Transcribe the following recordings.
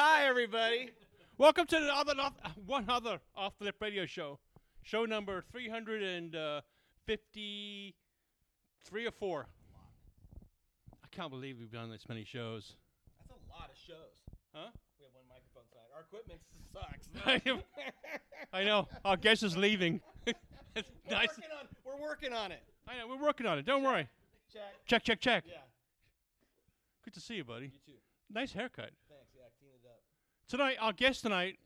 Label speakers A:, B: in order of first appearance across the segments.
A: everybody. Welcome to the other off- one other off the lip radio show, show number three hundred and uh, fifty-three or four. I can't believe we've done this many shows.
B: That's a lot of shows.
A: Huh?
B: We have one microphone side. Our equipment sucks.
A: I know. Our guest is leaving. it's
B: we're,
A: nice.
B: working on, we're working on it.
A: I know. We're working on it. Don't worry.
B: Jack.
A: Check, check, check.
B: Yeah.
A: Good to see you, buddy.
B: You too.
A: Nice haircut.
B: Thanks. Yeah, clean it up.
A: Tonight, our guest tonight,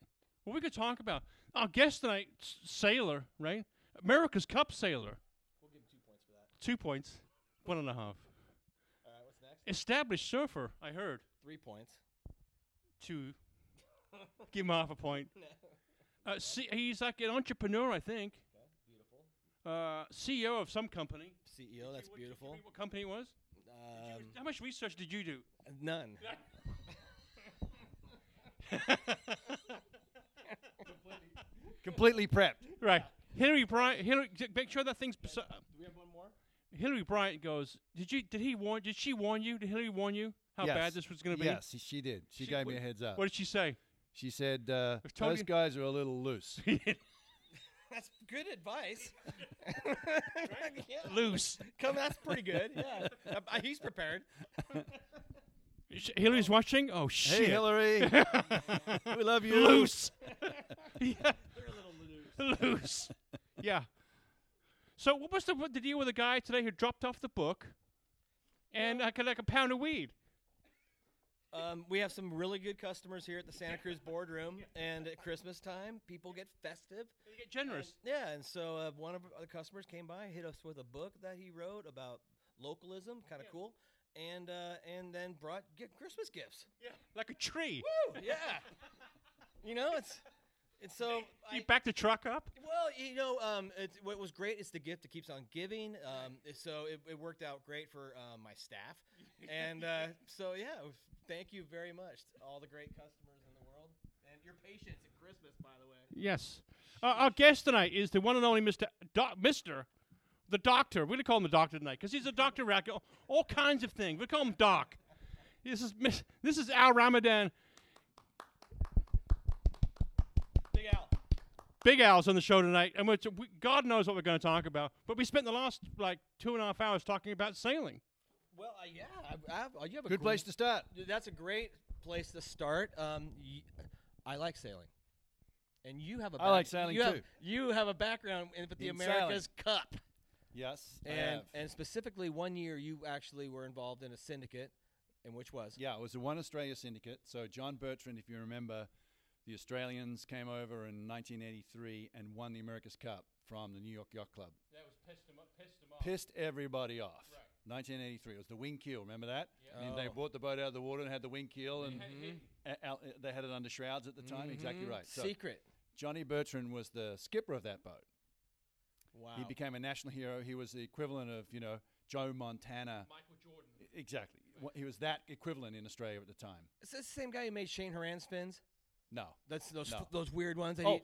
A: well, we could talk about our guest tonight, s- sailor, right? America's Cup sailor.
B: We'll give him two points for that.
A: Two points, one and a half.
B: All right. What's next?
A: Established surfer, I heard.
B: Three points.
A: Two. Give him half a point.
B: No.
A: Uh, see, he's like an entrepreneur, I think.
B: Okay. Beautiful.
A: Uh, CEO of some company.
B: CEO. E
A: What-
B: That's
A: can you
B: beautiful.
A: read What company it was? Did
B: Um,
A: you- How much research did you do?
B: none. Completely prepped.
A: right. Hillary Bryant. Hillary, j- make sure that thing's. so- uh,
B: Do we have one more?
A: Hillary Bryant goes. Did you? Did he warn? Did she warn you? Did Hillary warn you how
C: Yes.
A: bad this was going to be?
C: Yes, she- she did. She,
A: She-
C: gave
A: what-
C: me a heads up.
A: What did she say?
C: she said, uh,
A: If Tony-
C: "Those guys are a little loose."
B: That's good advice. Yeah.
A: Loose.
B: Come, that's pretty good. Yeah, Uh, he's prepared.
A: Sh- Hillary's watching. Oh shit.
C: hey, Hillary, we love you.
A: Loose. yeah.
B: They're a little loose.
A: Loose. Yeah. So what was the, what the deal with the guy today who dropped off the book, and I got like a pound of weed?
B: Um, we have some really good customers here at the Santa Cruz Boardroom, and at Christmas time, people get festive.
A: You get generous.
B: Yeah, and so uh, one of the customers came by, hit us with a book that he wrote about localism, kind of cool, and uh, and then brought gi- Christmas gifts.
A: Yeah. Like a tree.
B: Woo, yeah, you know it's it's so.
A: You
B: I,
A: back the truck up.
B: well, you know, um, it's, what was great is the gift that keeps on giving. Um, so it, it worked out great for um, my staff, and uh, so yeah, it was- thank you very much to all the great customers in the world and your patience at Christmas, by the way.
A: Yes. Our our guest tonight is the one and only Mr. Doc, Mr. The doctor. We're going to call him the doctor tonight because he's a doctor racket, all, all kinds of things. We call him Doc. This is Miss, this is Al Ramadan.
B: Big Al.
A: Big Al's on the show tonight, and which we, God knows what we're going to talk about. But we spent the last like two and a half hours talking about sailing.
B: Well, uh, yeah, I, I, you have a
C: Good place to start.
B: Dude, That's a great place to start. Um, y- I like sailing, and you have a.
C: I like sailing
B: you have-
C: too.
B: you have a background in, with the
C: In sailing.
B: America's Cup,
C: Yes, I
B: and
C: have.
B: and specifically one year you actually were involved in a syndicate, and which was
C: yeah, it was the One Australia Syndicate. So John Bertrand, if you remember, the Australians came over in 1983 and won the America's Cup from the New York Yacht Club.
A: That was pissed him up. Pissed him
C: Pissed everybody off. 1983. It was the wing keel. Remember that?
B: Yeah.
C: And they
B: Oh.
C: brought the boat out of the water and had the wing keel, and a- out- they had it under shrouds at the time. Exactly
B: Mhm.
C: right. So
B: Secret.
C: Johnny Bertrand was the skipper of that boat.
B: Wow.
C: He became a national hero. He was the equivalent of, you know, Joe Montana.
A: Michael Jordan.
C: I- Exactly. Wha- He was that equivalent in Australia at the time.
B: Is this the same guy who made Shane Horan spins?
C: No.
B: That's those
C: No.
B: those weird ones. That
C: Oh,
B: he,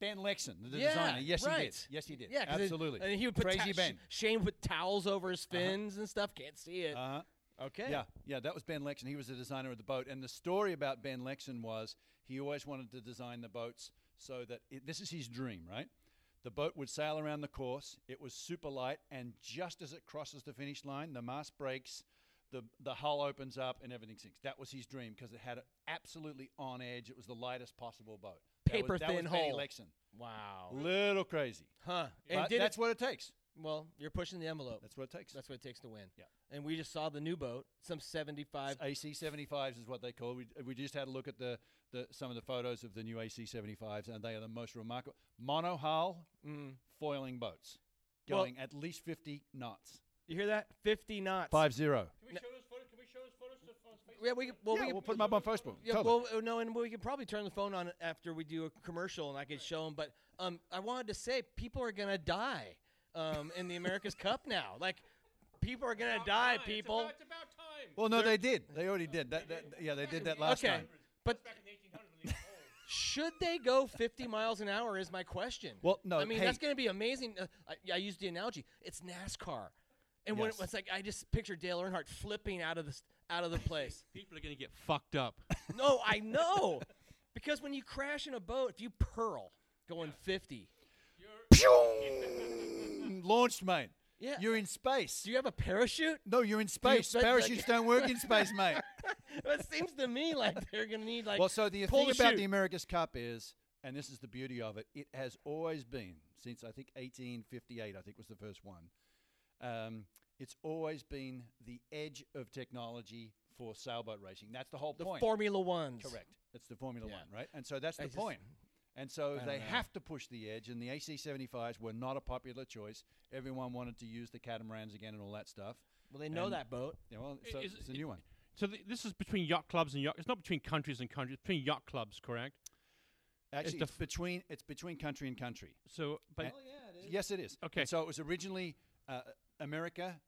C: Ben Lexon, the
B: Yeah,
C: designer. Yes, he did.
B: right.
C: Yes, he did.
B: yeah, 'cause it-
C: absolutely.
B: and he would put
C: crazy
B: ta-
C: Ben.
B: Shane would put towels over his fins and stuff. Can't see it.
C: Uh-huh.
B: okay.
C: Yeah, yeah, that was Ben Lexon. He was the designer of the boat. And the story about Ben Lexon was he always wanted to design the boats so that it, this is his dream, right? The boat would sail around the course. It was super light, and just as it crosses the finish line, the mast breaks, the the hull opens up, and everything sinks. That was his dream because it had it absolutely on edge. It was the lightest possible boat. That was-
B: Paper
C: that was
B: thin
C: Benny
B: hull. Oh.
C: Lexon.
B: Wow.
C: Little crazy,
B: Huh.
C: but
B: did it-
C: uh, that's what it takes.
B: Well, you're pushing the envelope. That's,
C: That's what it takes.
B: what it takes to win.
C: Yeah. uh,
B: And we just saw the new boat, some 75.
C: AC 75s is what they call. We, we just had a look at the, the some of the photos of the new AC 75s, and they are the most remarkable mono hull
B: Mm.
C: foiling boats,
B: Well-
C: going at least 50 knots.
B: You hear that? 50 knots.
C: Five zero.
A: Can we show those photos? Can we show those photos to
B: Yeah, we could- well,
C: yeah,
B: we
C: we'll
B: could-
C: put them up on Facebook.
B: Yeah,
C: Totally.
B: well, uh, no, and we can probably turn the phone on after we do a commercial, and I could show 'em show them. But um, I wanted to say people are gonna die um, in the America's Cup now. Like, people are gonna die. People.
A: It's about time.
C: well, no, they did. They already did. That, that, yeah, they did that last
B: Okay,
C: time.
B: but
A: back in the 1800s when they were old.
B: should they go 50 miles an hour? Is my question.
C: Well, no,
B: I mean
C: hey.
B: that's going to be amazing. Uh, I, I used the analogy. It's NASCAR, and when it
C: Yes.
B: was like I just picture Dale Earnhardt flipping out of the s- out of the place.
A: People are going to get fucked up.
B: no, I know. Because when you crash in a boat, if you pearl going 50,
C: Launched, mate.
B: Yeah.
C: You're in space.
B: do you have a parachute?
C: no, you're in space.
B: but, like-
C: Parachutes don't work in space, mate.
B: it seems to me like they're gonna need like.
C: well, so the
B: pull
C: thing about
B: chute.
C: the America's Cup is, and this is the beauty of it, it has always been since I think 1858, I think was the first one. Um, it's always been the edge of technology for sailboat racing. That's the whole
B: the
C: point.
B: Formula Ones.
C: Correct. It's the Formula
B: Yeah.
C: One, right? And so that's the
B: I just-
C: point. And so
B: I
C: they
B: don't know.
C: have to push the edge, and the AC75s were not a popular choice. Everyone wanted to use the catamarans again and all that stuff.
B: Well, they know
C: And-
B: that boat.
C: Yeah, well,
A: I-
C: so
A: is-
C: it's a
A: i-
C: new one.
A: So th- this is between yacht clubs and yacht. It's not between countries and countries. It's between yacht clubs, correct?
C: Actually,
A: the
C: it's
A: f-
C: between it's between country and country.
A: So, but
C: And- Yes, it is.
A: Okay.
C: And so it was originally uh, America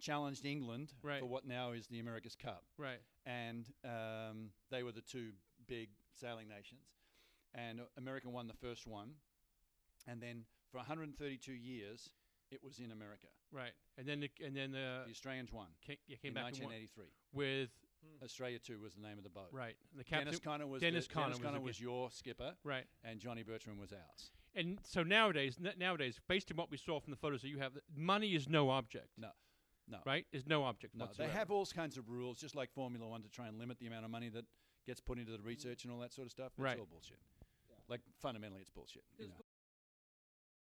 C: challenged England
A: Right.
C: for what now is the America's Cup,
A: right.
C: and um, they were the two big sailing nations. And uh, America won the first one, and then for 132 years it was in America.
A: Right, and then it, and then uh,
C: the Australians won
A: came, yeah, came
C: in
A: back and won
C: 1983.
A: with
C: Australia Two was the name of the boat.
A: right. And the captain,
C: Dennis Connor was
A: Dennis
C: the,
A: Connor
C: Dennis
A: was
C: Connor
A: the
C: was,
A: guy.
C: your skipper,
A: right.
C: and Johnny Bertram was ours.
A: And so nowadays, n- nowadays, based on what we saw from the photos that you have, th- money is no object.
C: No, no.
A: Right, is no object.
C: No,
A: whatsoever.
C: they have all kinds of rules, just like Formula One, to try and limit the amount of money that gets put into the research and all that sort of stuff. It's
A: Right.
C: all bullshit. Like fundamentally, it's bullshit. you know.